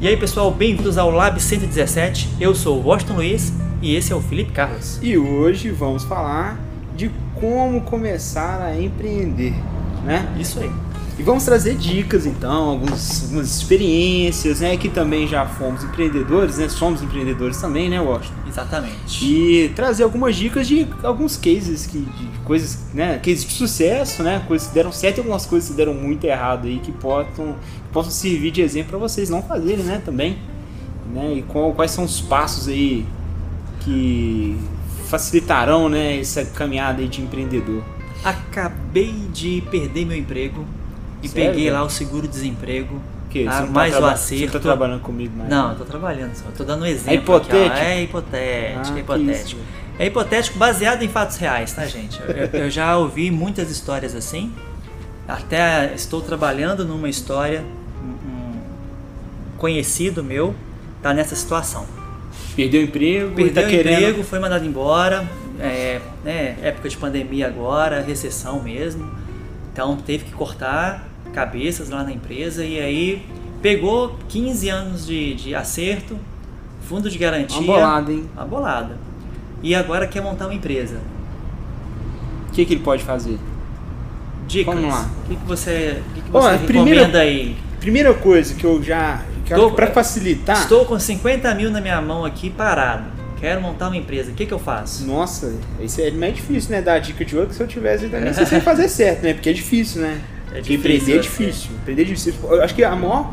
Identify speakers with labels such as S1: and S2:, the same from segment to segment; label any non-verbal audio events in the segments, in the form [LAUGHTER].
S1: E aí pessoal, bem-vindos ao Lab 117. Eu sou o Washington Luiz e esse é o Felipe Carlos.
S2: E hoje vamos falar de como começar a empreender, né?
S1: Isso aí.
S2: E vamos trazer dicas então, alguns, algumas experiências, né? Que também já fomos empreendedores, né? Somos empreendedores também, né, Washington?
S1: Exatamente.
S2: E trazer algumas dicas de alguns cases que, de coisas, né? Cases de sucesso, né? Coisas que deram certo e algumas coisas que deram muito errado aí que possam, possam servir de exemplo para vocês não fazerem, né? Também. Né? E qual- quais são os passos aí que facilitarão, né? Essa caminhada aí de empreendedor.
S1: Acabei de perder meu emprego e
S2: Sério?
S1: peguei lá o seguro-desemprego.
S2: Que?
S1: Ah,
S2: você não
S1: mais o
S2: traba- Você
S1: acerto.
S2: não tá trabalhando comigo mais?
S1: Não, eu tô trabalhando só, eu tô dando um exemplo.
S2: É hipotético?
S1: aqui, ó. é hipotético,
S2: Ah,
S1: é
S2: que
S1: hipotético.
S2: isso.
S1: É hipotético baseado em fatos reais, tá, gente? Eu, eu já ouvi muitas histórias assim. Até estou trabalhando numa história. Um um conhecido meu tá nessa situação.
S2: Perdeu o emprego,
S1: Perdeu
S2: tá
S1: o
S2: querendo.
S1: emprego, foi mandado embora. É, né, época de pandemia agora, recessão mesmo. Então teve que cortar cabeças lá na empresa e aí pegou 15 anos de, de acerto, fundo de garantia.
S2: Uma bolada, hein?
S1: Uma bolada. E agora quer montar uma empresa.
S2: O que, que ele pode fazer?
S1: Dicas.
S2: Vamos lá.
S1: O que, que você, o que que
S2: Ó,
S1: você
S2: a
S1: recomenda
S2: primeira-
S1: aí?
S2: Primeira coisa que eu já. Que
S1: Tô-
S2: pra facilitar.
S1: Estou com 50 mil na minha mão aqui parado. Quero montar uma empresa. O que, que eu faço?
S2: Nossa, isso é mais difícil, né? Dar a dica de ouro que se eu tivesse também sem fazer certo, né? Porque é difícil,
S1: É
S2: né? Porque
S1: difícil,
S2: empreender é
S1: é.
S2: difícil. Empreender é difícil. Eu acho que a maior.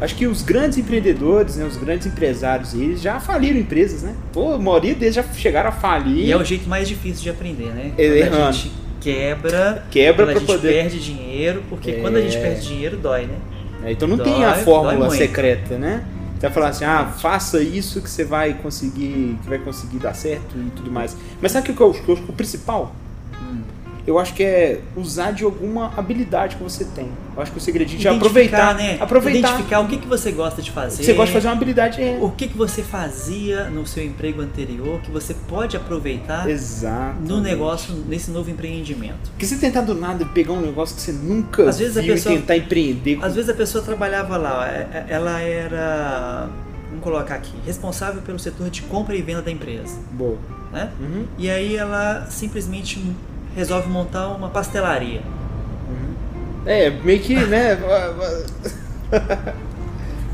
S2: Acho que os grandes empreendedores, né? Os grandes empresários, eles já faliram empresas, né? Pô, a maioria deles já chegaram a falir.
S1: E é o jeito mais difícil de aprender, né?
S2: É,
S1: Quando a
S2: errando.
S1: gente quebra,
S2: Quebra
S1: quando a
S2: pra
S1: gente
S2: poder.
S1: perde dinheiro, porque quando a gente perde dinheiro dói, né?
S2: É, então não
S1: Dói,
S2: tem a
S1: dói
S2: fórmula
S1: muito.
S2: secreta, né? Você vai falar assim, ah, faça isso que você vai conseguir, que vai conseguir dar certo e tudo mais. Mas sabe o que eu acho que eu acho que o principal?
S1: Hum.
S2: Eu acho que é usar de alguma habilidade que você tem. Eu acho que o segredinho é
S1: Identificar,
S2: aproveitar,
S1: né?
S2: aproveitar.
S1: Identificar o que, que você gosta de fazer.
S2: Você gosta de fazer uma habilidade, é.
S1: O que, que você fazia no seu emprego anterior que você pode aproveitar
S2: Exato.
S1: no negócio, nesse novo empreendimento.
S2: Porque você tentar do nada pegar um negócio que você nunca
S1: Às vezes a
S2: viu
S1: pessoa-
S2: e tentar empreender.
S1: Às vezes a pessoa trabalhava lá, é- é- ela era, vamos colocar aqui, responsável pelo setor de compra e venda da empresa,
S2: Boa.
S1: né?
S2: Uhum,
S1: E aí ela simplesmente resolve montar uma pastelaria.
S2: uhum. É, meio que, né? [LAUGHS]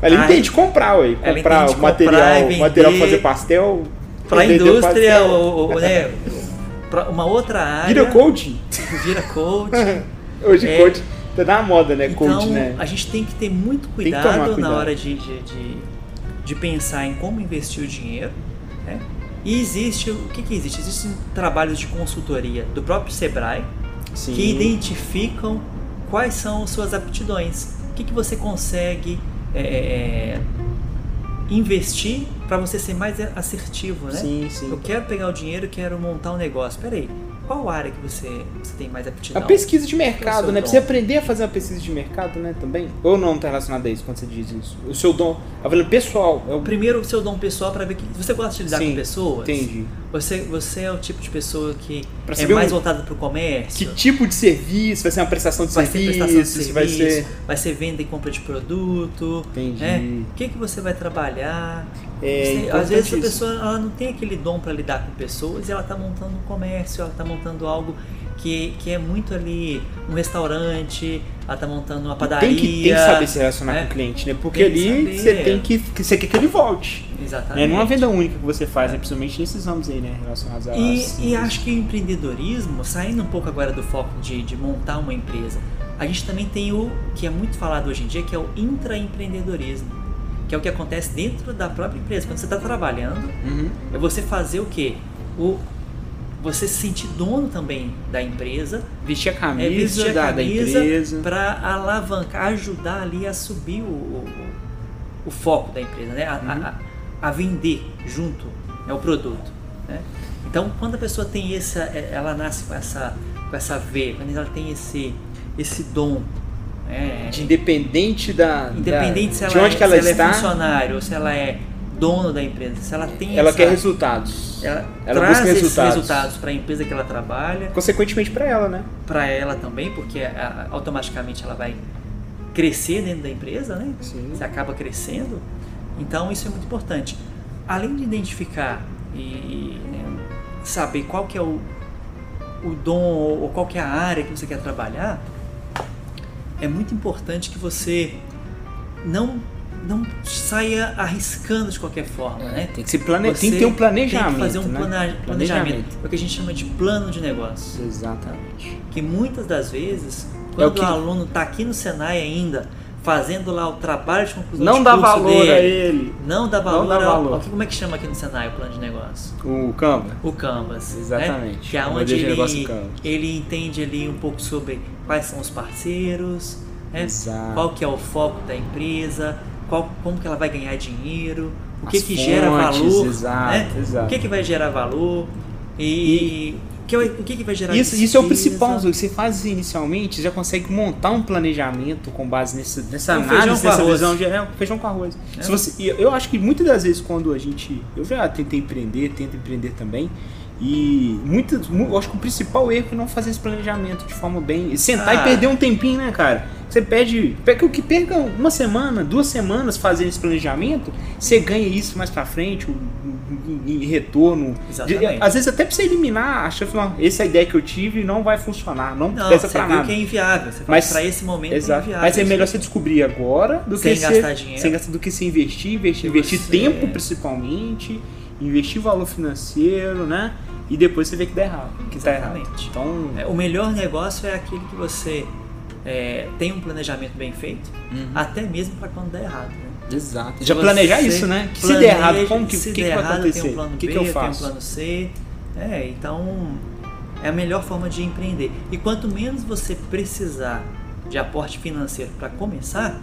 S2: Ela
S1: Ah,
S2: entende comprar, ué.
S1: ela
S2: Comprar
S1: entende
S2: o material,
S1: comprar e vender.
S2: material pra fazer pastel.
S1: Para a
S2: vender
S1: indústria,
S2: pastel.
S1: ou, ou, né, para uma outra área,
S2: Vira coaching.
S1: [LAUGHS] vira coach.
S2: Hoje
S1: É.
S2: coaching tá na moda, né?
S1: então,
S2: coaching, né?
S1: a gente tem que ter muito
S2: que
S1: cuidado,
S2: tomar
S1: na
S2: cuidado.
S1: hora de, de, de, de pensar em como investir o dinheiro. né? E existe, o que, que existe? Existem trabalhos de consultoria do próprio Sebrae,
S2: Sim.
S1: que identificam quais são as suas aptidões, o que, que você consegue é, é, investir para você ser mais assertivo, né?
S2: Sim, sim.
S1: Eu quero pegar o dinheiro, eu quero montar um negócio. Peraí, qual área que você, você tem mais
S2: A
S1: aptidão?
S2: pesquisa de
S1: É o
S2: mercado,
S1: seu
S2: né?
S1: dom.
S2: Pra você aprender a fazer uma pesquisa de mercado, né? Também. Ou não tá relacionado a isso quando você diz isso? O seu dom. A valor pessoal. É o...
S1: Primeiro, o seu dom pessoal para ver que você gosta de lidar
S2: Sim,
S1: com pessoas.
S2: Entendi.
S1: Você, você é o tipo de pessoa que
S2: Pra
S1: é
S2: saber
S1: mais
S2: um-
S1: voltado para o
S2: Que
S1: comércio.
S2: tipo de serviço? Vai ser uma prestação de
S1: vai ser
S2: serviço?
S1: prestação de
S2: se
S1: serviço,
S2: Vai ser.
S1: vai ser venda e compra de produto.
S2: Entendi.
S1: né? O que, que você vai trabalhar?
S2: É
S1: Você- às
S2: importante
S1: vezes a
S2: isso.
S1: pessoa ela não tem aquele dom para lidar com pessoas e ela está montando um comércio, ela está montando algo que, que é muito ali um restaurante, ela está montando uma padaria.
S2: Tem que, tem que saber se relacionar
S1: né?
S2: com o cliente, né? Porque
S1: Tem que
S2: ali
S1: saber. é.
S2: você tem que, que. Você quer que ele volte.
S1: Exatamente.
S2: Né? Não é uma venda única que você faz, né? principalmente nesses ramos aí, né? Relacionados a.
S1: E, e acho que o empreendedorismo, saindo um pouco agora do foco de, de montar uma empresa, a gente também tem o que é muito falado hoje em dia, que é o intraempreendedorismo, que é o que acontece dentro da própria empresa. Quando você está trabalhando,
S2: Uhum.
S1: é você fazer o quê? O, você se sentir dono também da empresa,
S2: Vestir a
S1: é,
S2: camisa,
S1: vestir a
S2: da, da
S1: camisa
S2: empresa.
S1: para alavancar, ajudar ali a subir o, o, o- o foco da empresa, né? A, a-
S2: Uhum.
S1: a- a vender junto é o produto. né? Então, quando a pessoa tem essa, é, ela nasce com essa, com essa veia, quando ela tem esse, esse dom, né?
S2: De independente da. da-
S1: independente se
S2: de
S1: ela,
S2: onde
S1: é,
S2: que ela
S1: se ela é
S2: está,
S1: funcionário ou se ela é dono da empresa, se ela tem
S2: ela
S1: essa,
S2: quer resultados.
S1: ela,
S2: ela
S1: traz
S2: busca
S1: esses
S2: resultados.
S1: resultados para a empresa que ela trabalha,
S2: Consequentemente pra ela, né?
S1: para ela também, porque é, a- automaticamente ela vai crescer dentro da empresa, né?
S2: Sim.
S1: Você acaba crescendo. Então isso é muito importante. Além de identificar e né, saber qual que é o, o dom ou qual que é a área que você quer trabalhar, é muito importante que você não não saia arriscando de qualquer forma, né?
S2: Tem que, se plane...
S1: Você
S2: tem que ter um É. planejamento.
S1: Tem que fazer um
S2: né?
S1: plana- planejamento. É o que a gente chama de plano de negócio.
S2: Exatamente.
S1: que muitas das vezes,
S2: É o
S1: quando o,
S2: que-
S1: aluno está aqui no Senai ainda, fazendo lá o trabalho de conclusão
S2: Não
S1: de
S2: dá
S1: curso
S2: valor
S1: dele,
S2: a ele.
S1: não dá valor,
S2: dá
S1: ao-
S2: valor.
S1: ao- como é que chama aqui no Senai o plano de negócio?
S2: O Canva.
S1: O Canvas. né?
S2: Exatamente.
S1: Que é
S2: O
S1: onde
S2: modelo de
S1: ele,
S2: negócio Canvas.
S1: ele entende ali um pouco sobre quais são os parceiros, né?
S2: Exato.
S1: qual que é o foco da empresa, qual, como que ela vai ganhar dinheiro, o que,
S2: As
S1: que gera
S2: fontes,
S1: valor,
S2: exato,
S1: né?
S2: exato.
S1: o que, que vai gerar valor e, o que, o que, que vai gerar
S2: Isso, isso é o
S1: despesa.
S2: principal, Zú. Você faz isso inicialmente, já consegue montar um planejamento com base nesse, nessa
S1: Um feijão
S2: análise,
S1: com
S2: nessa
S1: arroz.
S2: visão geral. Feijão com arroz.
S1: É.
S2: Se você, e eu- eu acho que muitas das vezes quando a gente. Eu já tentei empreender, tento empreender também. E muitas, mu- eu acho que o principal erro é não fazer esse planejamento de forma bem. e Sentar
S1: Ah.
S2: e perder um tempinho, né, cara? Você perde. Pega, que perca uma semana, duas semanas fazendo esse planejamento, você ganha isso mais pra frente, um, o- em- em em um retorno,
S1: Exatamente.
S2: às vezes até pra você eliminar, achando, não, essa é ideia que eu tive não vai funcionar, não,
S1: Não,
S2: peça
S1: você
S2: pra
S1: viu
S2: nada.
S1: que é inviável. Você
S2: Mas-
S1: Mas, pra esse momento é
S2: Exato.
S1: inviável.
S2: Mas é melhor você descobrir agora do
S1: Sem
S2: que
S1: gastar
S2: você,
S1: dinheiro.
S2: sem gastar do que você investir, investir, investir
S1: Você-
S2: tempo principalmente, investir valor financeiro, né? E depois você vê que dá errado, que tá errado.
S1: Exatamente.
S2: Então,
S1: É, O melhor negócio é aquele que você é, tem um planejamento bem feito, até mesmo pra quando der errado. Né?
S2: exato. Uhum. Já planejar
S1: Você
S2: isso, né? Que se der
S1: planeja,
S2: errado, como que,
S1: se
S2: que, que
S1: der
S2: vai
S1: errado,
S2: acontecer?
S1: Tem um plano
S2: que
S1: B,
S2: que eu
S1: tenho um
S2: faço?
S1: plano C. É, então é a melhor forma de empreender. E quanto menos você precisar de aporte financeiro para começar,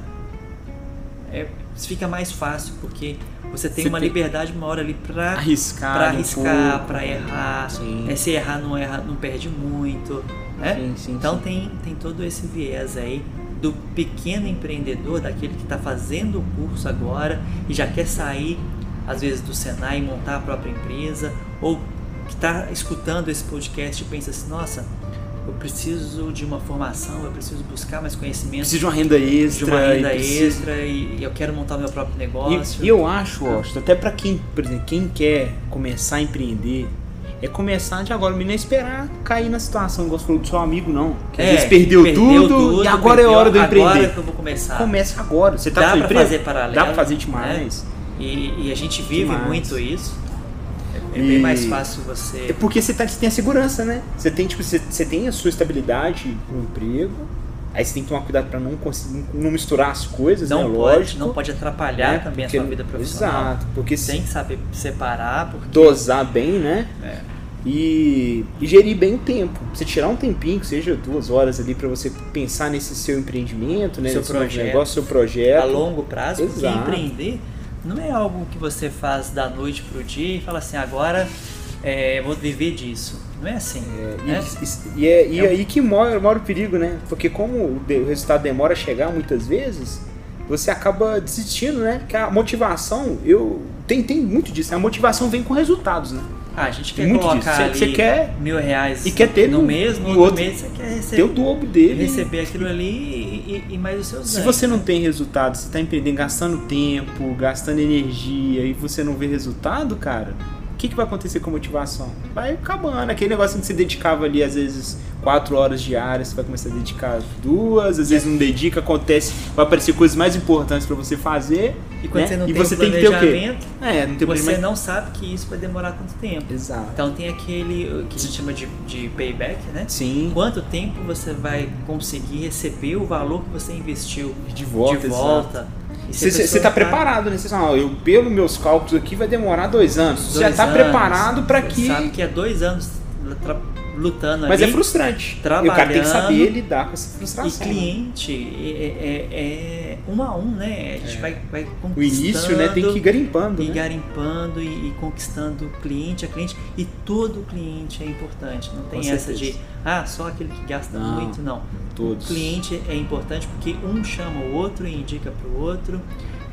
S1: é, fica mais fácil porque você tem
S2: Você
S1: uma
S2: tem-
S1: liberdade maior ali para
S2: Arriscar,
S1: para
S2: um
S1: arriscar,
S2: pouco.
S1: para errar.
S2: Sim.
S1: É, se errar não erra, não perde muito, né?
S2: Sim, sim,
S1: então
S2: sim.
S1: tem tem todo esse viés aí do pequeno empreendedor, daquele que está fazendo o curso agora e já quer sair às vezes do Senai e montar a própria empresa ou que está escutando esse podcast e pensa assim, nossa, eu preciso de uma formação, eu preciso buscar mais conhecimento
S2: Preciso de uma renda
S1: de
S2: extra.
S1: uma renda
S2: e preciso-
S1: extra e, e eu quero montar meu próprio negócio.
S2: E, e eu acho, Washington, até pra quem, por exemplo, quem quer começar a empreender, é começar de agora, não esperar cair na situação, igual você falou do seu amigo, não. Que às
S1: É,
S2: vezes perdeu, tudo, e agora é
S1: perdeu,
S2: hora de eu
S1: Agora
S2: empreender.
S1: que eu vou começar.
S2: Começa agora. Você tá
S1: Dá
S2: com sua
S1: pra
S2: empresa?
S1: fazer paralelo,
S2: Dá pra fazer
S1: né?
S2: demais.
S1: E, e a gente vive
S2: Demais.
S1: muito isso. É, é
S2: E-
S1: bem mais fácil
S2: É
S1: você.
S2: porque você, tá, você tem a segurança, né? Você tem, tipo, você, você tem a sua estabilidade no emprego. Aí você tem que tomar cuidado pra não conseguir não misturar as coisas,
S1: Não
S2: né?
S1: pode,
S2: Lógico.
S1: não pode atrapalhar
S2: né?
S1: também a
S2: Porque-
S1: sua vida profissional.
S2: Exato, porque se
S1: Tem que saber separar, porque
S2: dosar bem, né?
S1: É.
S2: E, e gerir bem o tempo. Você tirar um tempinho, que seja duas horas ali, pra você pensar nesse seu empreendimento, né?
S1: Seu
S2: nesse novo
S1: projeto.
S2: negócio, seu projeto.
S1: a longo prazo, porque
S2: Exato.
S1: empreender não é algo que você faz da noite pro dia e fala assim, agora é, vou viver disso. Não é assim.
S2: E,
S1: né?
S2: e- e é, e
S1: É um-
S2: aí que mora, mora o perigo, né? Porque como o, de- o resultado demora a chegar muitas vezes, você acaba desistindo, né? Porque a motivação, eu. Tem, tem muito disso, né? A motivação vem com resultados, né?
S1: Ah, a gente
S2: Tem
S1: quer
S2: muito
S1: colocar
S2: disso. Você-
S1: ali
S2: você quer-
S1: mil reais
S2: e quer ter
S1: no
S2: no-
S1: mesmo,
S2: no
S1: outro,
S2: outro.
S1: mês você quer
S2: Tem o
S1: receber,
S2: dobro dele.
S1: receber aquilo ali e, e- e mais os seus
S2: Se
S1: ganhos. né?
S2: você não tem resultado, você tá empreendendo, gastando tempo, gastando energia e você não vê resultado, cara, o que, que vai acontecer com a motivação? Vai acabando. Aquele negócio que você dedicava ali, às vezes, quatro horas diárias, você vai começar a dedicar duas, às vezes não dedica, acontece, vai aparecer coisas mais importantes pra você fazer.
S1: E quando
S2: né?
S1: você não
S2: e
S1: tem
S2: você
S1: um
S2: tem que ter o quê?
S1: planejamento,
S2: É, não tem
S1: você
S2: problema.
S1: não sabe que isso vai demorar quanto tempo.
S2: Exato.
S1: Então tem aquele uh, que a gente chama de, de payback, né?
S2: Sim.
S1: Em quanto tempo você vai conseguir receber o valor que você investiu
S2: De volta,
S1: de
S2: exato.
S1: volta? E se a
S2: Você
S1: pessoa
S2: está
S1: tá-
S2: preparado, né? Você fala, "Ah, eu, pelos meus cálculos aqui, vai demorar dois anos. Você já
S1: dois
S2: está
S1: anos,
S2: preparado para
S1: você
S2: que
S1: Sabe que há dois anos tra- lutando
S2: Mas é
S1: ali.
S2: frustrante. E o cara tem que
S1: trabalhando
S2: saber lidar com essa
S1: E
S2: frustração. né?
S1: cliente é, é- é um a um, né? A gente vai, vai conquistando.
S2: É. O início, né, tem que ir garimpando,
S1: E
S2: né?
S1: garimpando e, e conquistando cliente a cliente. E todo cliente é importante. Não tem
S2: Com
S1: essa
S2: certeza.
S1: de, ah, só aquele que gasta
S2: Não,
S1: muito, não.
S2: todos.
S1: O cliente é importante porque um chama o outro e indica para o outro.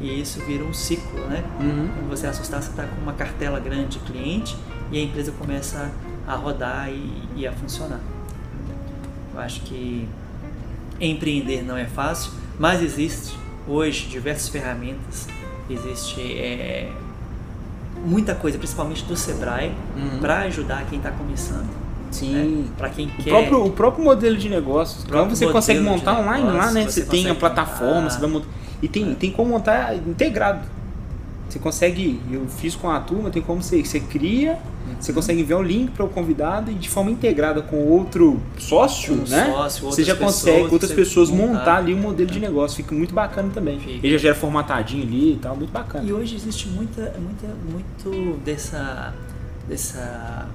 S1: E isso vira um ciclo, né?
S2: Uhum.
S1: Quando você assustar, você está com uma cartela grande de cliente e a empresa começa a rodar e, e a funcionar. Eu acho que empreender não é fácil, mas existe hoje diversas ferramentas existe é, muita coisa, principalmente do Sebrae,
S2: Uhum.
S1: para ajudar quem está começando.
S2: Sim.
S1: Para quem quer.
S2: O próprio, o próprio modelo de negócios. Então
S1: é próprio
S2: você consegue
S1: modelo de
S2: montar online lá,
S1: negócios,
S2: né?
S1: você
S2: Você, tem a
S1: consegue
S2: plataforma,
S1: montar.
S2: você vai montar. E tem, tem como montar integrado. Você consegue, eu fiz com a turma, tem como você, você cria, você
S1: Uhum.
S2: consegue enviar o link para o convidado e de forma integrada com outro sócio,
S1: Um
S2: né?
S1: sócio,
S2: você
S1: outras
S2: já consegue
S1: pessoas,
S2: outras
S1: você
S2: pessoas montar,
S1: montar. né?
S2: ali o modelo de negócio, fica muito bacana também.
S1: Fica.
S2: Ele já gera formatadinho ali e tal, muito bacana.
S1: E hoje existe muita, muita, muito dessa, dessa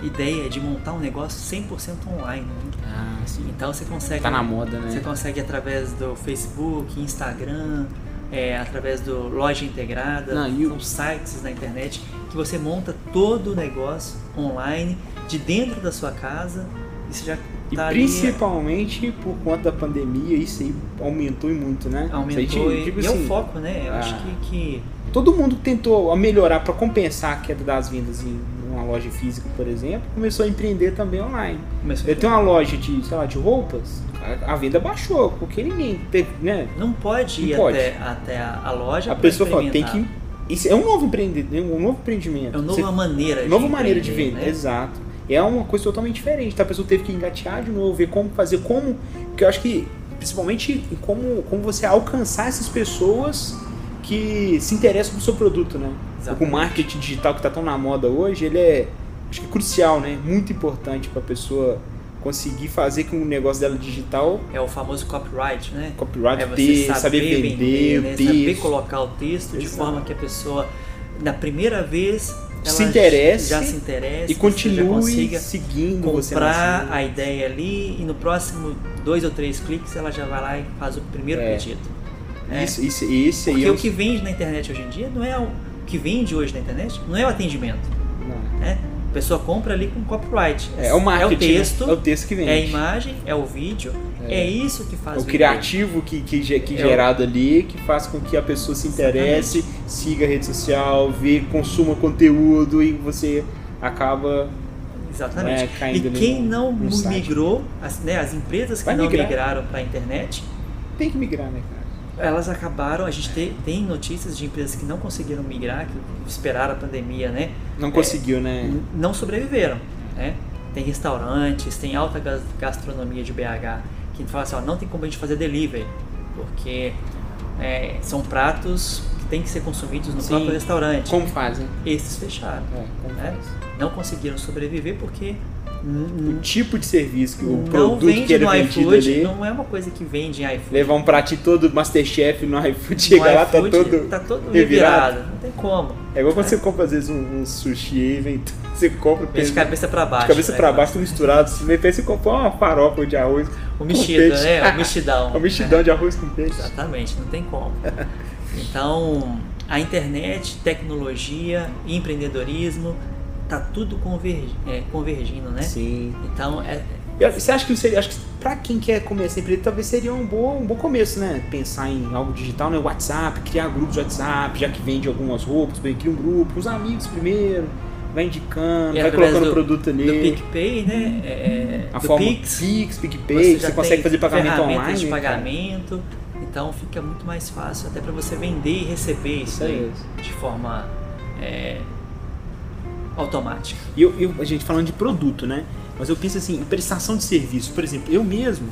S1: ideia de montar um negócio 100% online. né?
S2: Ah, sim.
S1: Então você consegue.
S2: Tá na moda, né?
S1: Você consegue através do Facebook, Instagram, é, através do loja integrada,
S2: Não, e o-
S1: são sites na internet que você monta todo o negócio online de dentro da sua casa e você já
S2: E
S1: tá ali-
S2: principalmente por conta da pandemia, isso aí aumentou e muito, né? Isso
S1: aumentou
S2: aí,
S1: e,
S2: digo
S1: e é o
S2: assim,
S1: foco, né? Eu
S2: ah.
S1: acho que, que
S2: Todo mundo tentou melhorar para compensar a queda das vendas em uma loja física, por exemplo, começou a empreender também online.
S1: começou.
S2: Eu tenho uma loja de, sei lá, de roupas, a, a venda baixou, porque ninguém teve, né?
S1: Não pode
S2: Não
S1: ir
S2: pode.
S1: Até, até a a loja.
S2: A
S1: pra
S2: pessoa fala, tem
S1: experimentar.
S2: que. Isso é um novo empreendimento, um novo empreendimento.
S1: É uma
S2: Você
S1: nova maneira de
S2: Nova maneira de
S1: empreender,
S2: venda,
S1: né?
S2: exato. E é uma coisa totalmente diferente. Tá? A pessoa teve que engatear de novo, ver como fazer, como. Que eu acho que, principalmente, como, como você alcançar essas pessoas que se interessam pelo seu produto, né?
S1: Exato.
S2: O marketing digital que tá tão na moda hoje, ele é acho que crucial, né? Muito importante para a pessoa conseguir fazer com o negócio dela digital,
S1: É o famoso copyright, né?
S2: copyright,
S1: É você
S2: ter, saber, vender,
S1: né?
S2: o
S1: saber
S2: texto.
S1: colocar o texto de
S2: Exato.
S1: forma que a pessoa, na primeira vez, ela
S2: Se interesse
S1: já se interesse,
S2: e continue
S1: já consiga
S2: seguindo você nas
S1: comprar
S2: redes.
S1: a ideia ali e no próximo dois ou três cliques ela já vai lá e faz o primeiro
S2: É.
S1: pedido. né?
S2: Isso, isso, esse aí
S1: Porque
S2: é
S1: o que vende na internet hoje em dia não é o, o que vende hoje na internet não é o atendimento,
S2: Não.
S1: né? A pessoa compra ali com copyright.
S2: É, é o marketing.
S1: é o texto,
S2: né? É o texto que vende.
S1: é a imagem, é o vídeo, é, isso que faz
S2: o
S1: vender.
S2: criativo que, que, ge- que
S1: É o-
S2: gerado ali, que faz com que a pessoa se interesse, siga a rede social, vê, consuma conteúdo e você acaba
S1: Exatamente.
S2: né,
S1: E
S2: caindo ali
S1: quem
S2: no-
S1: não
S2: no site.
S1: migrou, as, né, as empresas que
S2: Vai
S1: não
S2: migrar.
S1: migraram para a internet,
S2: Tem que migrar, né, cara?
S1: elas acabaram. A gente te- tem notícias de empresas que não conseguiram migrar, que esperaram a pandemia, né?
S2: Não conseguiu, né?
S1: Não sobreviveram, né? Tem restaurantes, tem alta gas- gastronomia de BH que fala assim: ó, não tem como a gente fazer delivery, porque é, são pratos que têm que ser consumidos no
S2: Sim.
S1: próprio restaurante.
S2: Como fazem?
S1: Esses fecharam,
S2: É, como
S1: É.
S2: faz?
S1: não conseguiram sobreviver porque n-
S2: O tipo de serviço, que o
S1: não
S2: produto que
S1: vende
S2: era
S1: no
S2: vendido
S1: iFood,
S2: ali,
S1: não é uma coisa que vende em iFood.
S2: levar um pratinho todo Masterchef no iFood, chega
S1: No
S2: lá,
S1: iFood,
S2: tá todo...
S1: tá todo
S2: revirado.
S1: revirado. Não tem como.
S2: É igual quando você compra, às vezes, um, um sushi aí, vem... [LAUGHS] Você compra,
S1: Vem de
S2: pensa,
S1: cabeça pra baixo.
S2: De cabeça
S1: né?
S2: pra baixo, tudo misturado. Se meter, você comprar uma farofa de arroz,
S1: O
S2: Com
S1: mexida,
S2: peixe.
S1: né? O mexidão.
S2: [LAUGHS] um mexidão de arroz com peixe.
S1: Exatamente, não tem
S2: [LAUGHS]
S1: como. Então, a internet, tecnologia, empreendedorismo, tá tudo converg- é, convergindo, né?
S2: Sim.
S1: Então, é,
S2: Eu- Você acha que seria, acho que pra quem quer começar a empreender, talvez seria um bom, um bom começo, né? Pensar em algo digital, né? WhatsApp, criar grupos de WhatsApp, já que vende algumas roupas, bem, cria um grupo, os amigos primeiro, vai indicando,
S1: E
S2: vai
S1: através
S2: colocando o
S1: do-
S2: produto
S1: do
S2: ali.
S1: PicPay, né? É,
S2: A
S1: do
S2: forma
S1: Pix,
S2: Pix, PicPay, você,
S1: já
S2: consegue
S1: tem
S2: fazer pagamento
S1: ferramentas
S2: online.
S1: de
S2: né, cara?
S1: pagamento, então fica muito mais fácil até para você vender e receber isso
S2: Isso é
S1: aí
S2: isso.
S1: de forma é, automática.
S2: E eu, eu- a gente falando de produto, né? Mas eu penso assim, em prestação de serviço. Por exemplo, eu mesmo,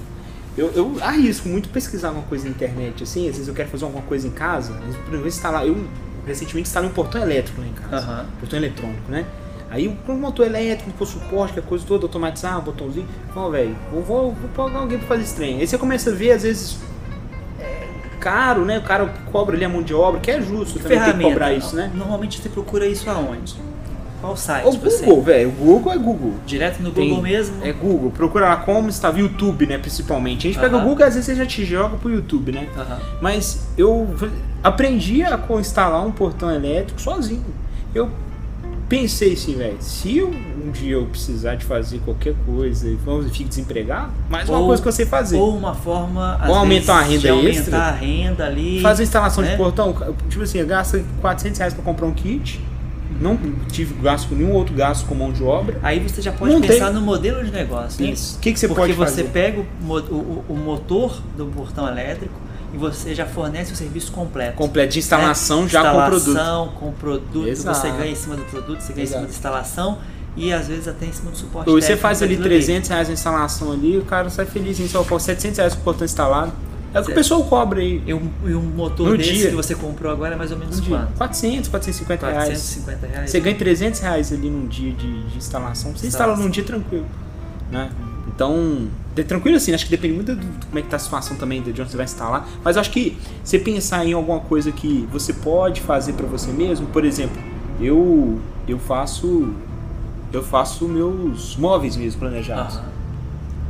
S2: eu, eu arrisco muito pesquisar alguma coisa na internet, assim. Às vezes eu quero fazer alguma coisa em casa, às vezes, por exemplo, instalar. Eu recentemente instalei um portão elétrico lá em casa.
S1: Aham.
S2: Portão eletrônico, né? Aí o motor elétrico, pôr suporte, que a coisa toda, automatizar, um botãozinho. Fala, velho, vou, vou, vou pagar alguém pra fazer esse trem. Aí você começa a ver, às vezes, é, caro, né? O cara cobra ali a mão de obra, que é justo também tem que
S1: Ferramenta.
S2: cobrar isso, né?
S1: Normalmente você procura isso aonde? Qual site?
S2: O
S1: você?
S2: Google, velho, o Google é Google.
S1: Direto no
S2: Tem-
S1: Google mesmo?
S2: É Google, procura lá como está o YouTube, né? Principalmente. A gente pega o
S1: Aham.
S2: Google às vezes você já te joga pro YouTube, né?
S1: Aham.
S2: Mas eu v- aprendi a co- instalar um portão elétrico sozinho. Eu pensei assim, velho, se eu- um dia eu precisar de fazer qualquer coisa e vamos fique desempregado, mais uma
S1: Ou-
S2: coisa que eu sei fazer.
S1: Ou uma forma às
S2: Ou aumentar
S1: vezes,
S2: a renda
S1: de aumentar
S2: extra.
S1: a renda ali.
S2: Fazer a instalação de
S1: né?
S2: portão, tipo assim, eu gasto 400 reais pra comprar um kit, não tive gasto com nenhum outro gasto com mão de obra.
S1: Aí você já pode
S2: Não tem-
S1: pensar no modelo de negócio. né?
S2: Isso. O que, que você
S1: Porque
S2: pode
S1: você
S2: fazer?
S1: pega o, mo- o- o motor do portão elétrico e e você já fornece o serviço completo.
S2: Completo de instalação
S1: né?
S2: já
S1: instalação, com produto.
S2: Exato.
S1: você ganha em cima do produto, você ganha em cima
S2: Exato.
S1: da instalação e às vezes até em cima do suporte.
S2: Ou você
S1: técnico,
S2: faz ali
S1: tudo bem.
S2: 300 reais na instalação ali, o cara sai feliz, hein? Só com 700 reais com o portão instalado. É o que o
S1: Certo.
S2: pessoal cobra aí.
S1: E um, e um motor
S2: No
S1: desse
S2: dia.
S1: que você comprou agora é mais ou menos
S2: Um dia.
S1: quanto?
S2: 400, 450 reais.
S1: 450 reais?
S2: Você ganha 300 reais ali num dia de, de instalação. Você instala
S1: Instalação.
S2: num dia tranquilo, né? Então, de- tranquilo assim, acho que depende muito do, do como é que tá a situação também, de onde você vai instalar. Mas acho que você pensar em alguma coisa que você pode fazer para você mesmo, por exemplo, eu eu faço eu faço meus móveis mesmo planejados.
S1: Aham.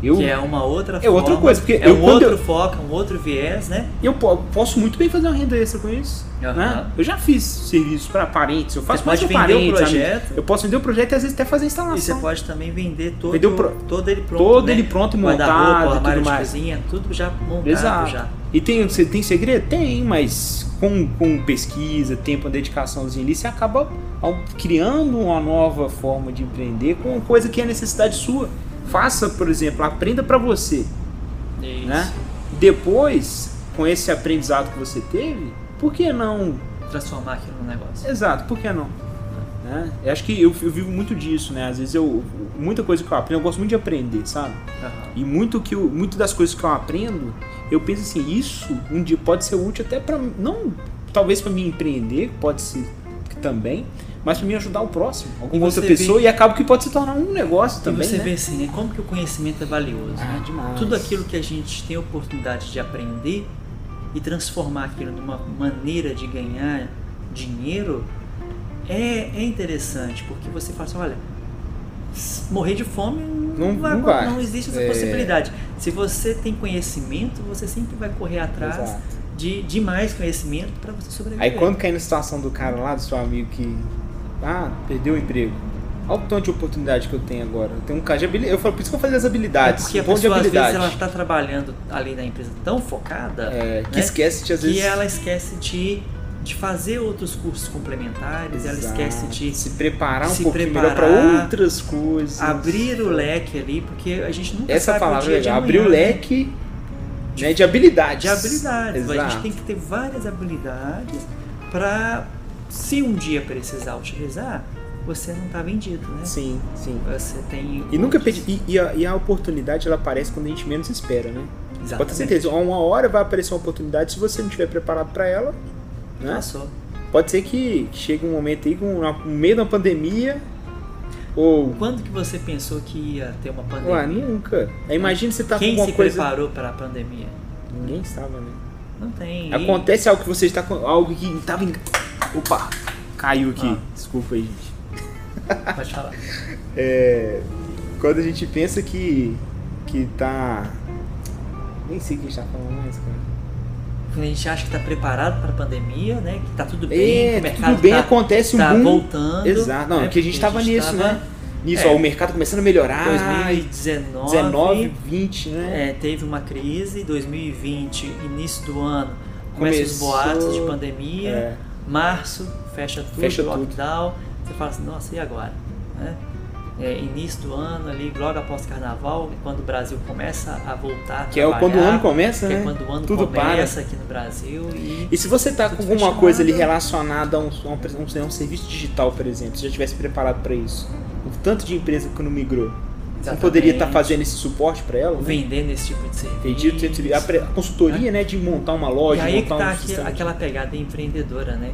S2: Eu
S1: que é uma outra
S2: É outra
S1: forma,
S2: coisa, porque
S1: é
S2: eu-
S1: um
S2: quando
S1: outro
S2: eu-
S1: foco, um outro viés, né?
S2: Eu po- posso muito bem fazer uma renda extra com isso.
S1: Aham.
S2: Né? Eu já fiz serviço para parentes, eu faço
S1: Você pode
S2: mais pra
S1: vender o
S2: parentes,
S1: projeto. é
S2: amigos. Eu posso vender o projeto e às vezes até fazer a instalação.
S1: E você pode também vender todo,
S2: Vender o pro-
S1: todo ele pronto.
S2: Todo
S1: né?
S2: ele pronto e montado
S1: Guarda-roupa,
S2: e
S1: armário
S2: tudo
S1: de
S2: mais.
S1: cozinha, tudo já montado
S2: Exato.
S1: já.
S2: E tem, você tem segredo? Tem, mas com, com pesquisa, tempo, dedicaçãozinha ali, você acaba ao- criando uma nova forma de empreender com coisa que é necessidade sua. Faça, por exemplo, aprenda para você.
S1: Isso.
S2: né? Depois, com esse aprendizado que você teve, por que não
S1: Transformar aquilo num negócio.
S2: Exato, por que não? Né? Eu acho que eu, eu vivo muito disso, né? Às vezes eu. Muita coisa que eu aprendo, eu gosto muito de aprender, sabe?
S1: Aham.
S2: E muito, que eu, muito das coisas que eu aprendo, eu penso assim, isso um dia pode ser útil até pra. Não, talvez pra mim empreender, pode ser que também, mas pra mim ajudar o próximo, alguma
S1: você
S2: outra pessoa, e acaba que pode se tornar um negócio também.
S1: e você
S2: né?
S1: vê assim, né? como que o conhecimento é valioso.
S2: Ah,
S1: né?
S2: demais.
S1: Tudo aquilo que a gente tem a oportunidade de aprender e transformar aquilo numa maneira de ganhar dinheiro é, é interessante, porque você fala assim, olha, s- morrer de fome não,
S2: Não-
S1: vai,
S2: não vai.
S1: não existe essa
S2: É.
S1: possibilidade. Se você tem conhecimento, você sempre vai correr atrás
S2: Exato.
S1: de, de mais conhecimento para você sobreviver.
S2: Aí quando cai na situação do cara lá, do seu amigo que. Ah, perdeu o emprego. Olha o tanto de oportunidade que eu tenho agora. Eu tenho um cara de habilidade. Eu falo, por isso que eu falei das
S1: é
S2: habilidades.
S1: porque a
S2: um ponto de
S1: pessoa às vezes
S2: habilidade.
S1: ela está trabalhando ali na empresa tão focada
S2: É, que
S1: né?
S2: esquece de às
S1: que
S2: vezes.
S1: ela esquece de, de fazer outros cursos complementares, ela
S2: Exato.
S1: esquece de
S2: se preparar um
S1: se
S2: pouquinho melhor
S1: preparar,
S2: para outras coisas.
S1: abrir o leque ali, porque a gente nunca
S2: Essa
S1: sabe o
S2: palavra
S1: dia
S2: é
S1: de
S2: legal.
S1: amanhã,
S2: Abrir o
S1: né?
S2: leque né, de habilidades.
S1: de habilidades. A
S2: Exato.
S1: gente tem que ter várias habilidades para, se um dia precisar utilizar, você não tá vendido, né?
S2: Sim, sim.
S1: Você tem um
S2: E nunca perdi. E, e a, e a oportunidade ela aparece quando a gente menos espera, né? Pode ter
S1: Exatamente.
S2: certeza, uma hora vai aparecer uma oportunidade se você não estiver preparado para ela. Né?
S1: Passou.
S2: Pode ser que chegue um momento aí, com uma- no meio da pandemia, ou.
S1: Quando que você pensou que ia ter uma pandemia?
S2: Ué, nunca. Aí imagina você tá
S1: Quem
S2: com
S1: se
S2: alguma coisa.
S1: preparou para a pandemia?
S2: Ninguém estava, né?
S1: Não tem.
S2: Acontece algo que você está com. Algo que estava em. Opa! Caiu aqui.
S1: Ah.
S2: Desculpa aí, gente.
S1: Pode falar.
S2: É. Quando a gente pensa que. que tá. Nem sei o que a gente tá falando mais, cara.
S1: Quando a gente acha que está preparado para a pandemia, né? Que tá tudo bem, que
S2: É,
S1: o mercado
S2: tudo bem,
S1: tá,
S2: acontece um
S1: tá
S2: boom.
S1: voltando.
S2: Exato. Não,
S1: né,
S2: é que a gente
S1: porque
S2: tava nisso,
S1: tava
S2: né? Nisso,
S1: É.
S2: ó, o mercado começando a melhorar.
S1: 2019,
S2: 19, 20, né?
S1: é, teve uma crise, 2020, início do ano, começa os
S2: Começou,
S1: boatos de pandemia,
S2: é.
S1: março, fecha tudo,
S2: Fecha tudo.
S1: lockdown, você fala assim, nossa, e agora? Né? É, início do ano, ali, logo após o carnaval, quando o Brasil começa a voltar a
S2: Que é o- quando o
S1: trabalhar,
S2: ano começa,
S1: que é
S2: né?
S1: quando o ano
S2: Tudo
S1: começa aqui no Brasil e
S2: E se você tá
S1: Tudo
S2: com alguma
S1: fechado.
S2: coisa ali relacionada a um, a um, a um serviço digital, por exemplo, se já tivesse preparado para isso, o tanto de empresa que não migrou, você não
S1: Exatamente.
S2: poderia tá estar fazendo esse suporte para ela? Né?
S1: vendendo esse tipo de serviço.
S2: Vendido, tem- tem- a pre- a consultoria, né, de montar uma
S1: É. e
S2: loja,
S1: aí que
S2: montar
S1: tá
S2: um
S1: aqui-
S2: sistema.
S1: aquela pegada empreendedora, né?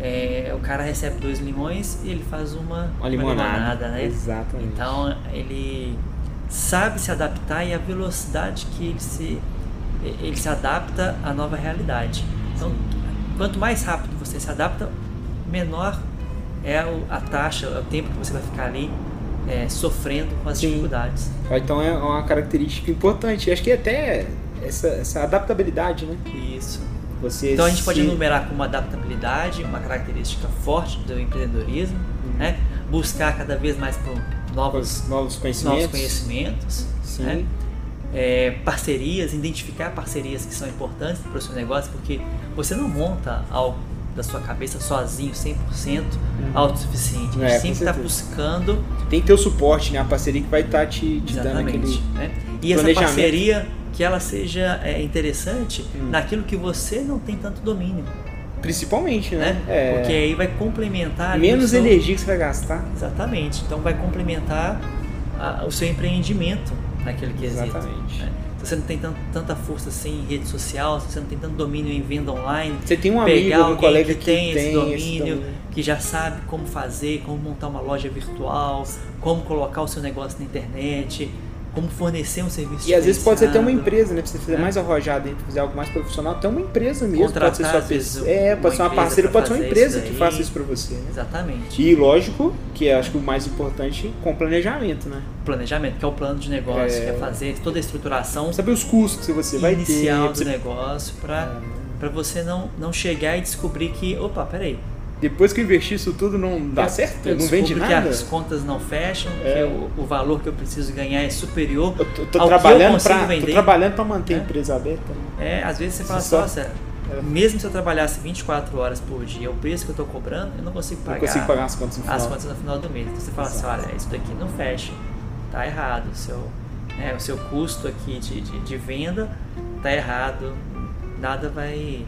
S1: É, o cara recebe dois limões e ele faz uma,
S2: Uma limonada.
S1: né?
S2: Exatamente.
S1: Então ele sabe se adaptar e a velocidade que ele se, ele se adapta à nova realidade. Então, quanto mais rápido você se adapta, menor é o- a taxa, é o tempo que você vai ficar ali é, sofrendo com as
S2: Sim.
S1: dificuldades.
S2: Então é uma característica importante. Acho que até essa, essa adaptabilidade, né?
S1: Isso.
S2: Você
S1: Então a gente
S2: se-
S1: pode enumerar como adaptabilidade, uma característica forte do empreendedorismo, né? buscar cada vez mais pro- novos,
S2: novos, novos conhecimentos.
S1: novos conhecimentos,
S2: Sim.
S1: né? É, parcerias, identificar parcerias que são importantes para o seu negócio, porque você não monta algo da sua cabeça sozinho, 100% autossuficiente. A gente
S2: É, com
S1: sempre está
S2: certeza.
S1: buscando
S2: Tem que ter o suporte, né? A parceria que vai estar te, te dando
S1: Exatamente.
S2: aquele.
S1: né? E essa
S2: planejamento.
S1: parceria que ela seja é, interessante
S2: Hum.
S1: naquilo que você não tem tanto domínio,
S2: Principalmente, né?
S1: né?
S2: É,
S1: Porque aí vai complementar ali o
S2: menos
S1: seu-
S2: energia que você vai gastar.
S1: Exatamente. Então vai complementar a- o seu empreendimento naquele quesito.
S2: Exatamente.
S1: né? Se você não tem tan- tanta força assim em rede social, se você não tem tanto domínio em venda online,
S2: Você tem um amigo,
S1: pegar
S2: algum
S1: alguém
S2: colega
S1: que tem esse domínio,
S2: domínio.
S1: que já sabe como fazer, como montar uma loja virtual, como colocar o seu negócio na internet, como fornecer um serviço
S2: E às vezes pode ser até uma
S1: diferenciado.
S2: empresa, né? Pra você fazer
S1: né?
S2: mais arrojado, fazer algo mais profissional, até uma empresa mesmo.
S1: Contratar,
S2: pode ser sua
S1: às vezes,
S2: pessoa. É,
S1: uma
S2: pode ser uma
S1: empresa
S2: parceira,
S1: pra
S2: pode ser uma
S1: fazer
S2: empresa
S1: isso
S2: que
S1: daí.
S2: faça isso pra você. Né?
S1: Exatamente.
S2: E lógico, que eu acho que o mais importante, com planejamento, né?
S1: O planejamento, que é o plano de negócio,
S2: É.
S1: que é fazer toda a estruturação
S2: Saber os custos que você vai
S1: inicial né?
S2: ter.
S1: do
S2: você- É.
S1: negócio para para você não, não chegar e descobrir que, opa, peraí,
S2: Depois que eu investi isso tudo, não dá certo?
S1: eu
S2: não vende
S1: É descubro
S2: nada?
S1: que as contas não fecham,
S2: É.
S1: que o, o valor que eu preciso ganhar é superior.
S2: Eu tô, tô
S1: ao que eu
S2: trabalhando
S1: consigo
S2: pra, tô
S1: vender.
S2: trabalhando pra manter a
S1: É.
S2: empresa aberta. né?
S1: É, às vezes você fala
S2: Você só- é.
S1: só, sério, mesmo se eu trabalhasse 24 horas por dia, o preço que eu tô cobrando, eu não consigo
S2: Não
S1: pagar,
S2: consigo pagar as contas no final.
S1: as contas no final do mês. Então você fala
S2: Exato.
S1: assim, olha, isso daqui não fecha, tá errado, o seu, né, o seu custo aqui de, de, de venda tá errado, nada vai...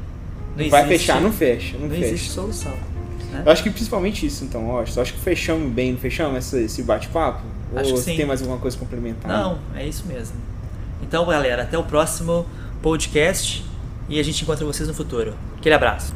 S2: Não vai
S1: existe-
S2: fechar, não fecha, não,
S1: não
S2: fecha. Ah.
S1: existe solução. né?
S2: Eu acho que principalmente isso, então, Austin. Acho que fechamos bem, não fechamos essa- esse bate-papo? Ou
S1: Acho que
S2: você
S1: sim.
S2: tem mais alguma coisa complementar?
S1: Não, é isso mesmo. Então, galera, até o próximo podcast e a gente encontra vocês no futuro. Aquele abraço.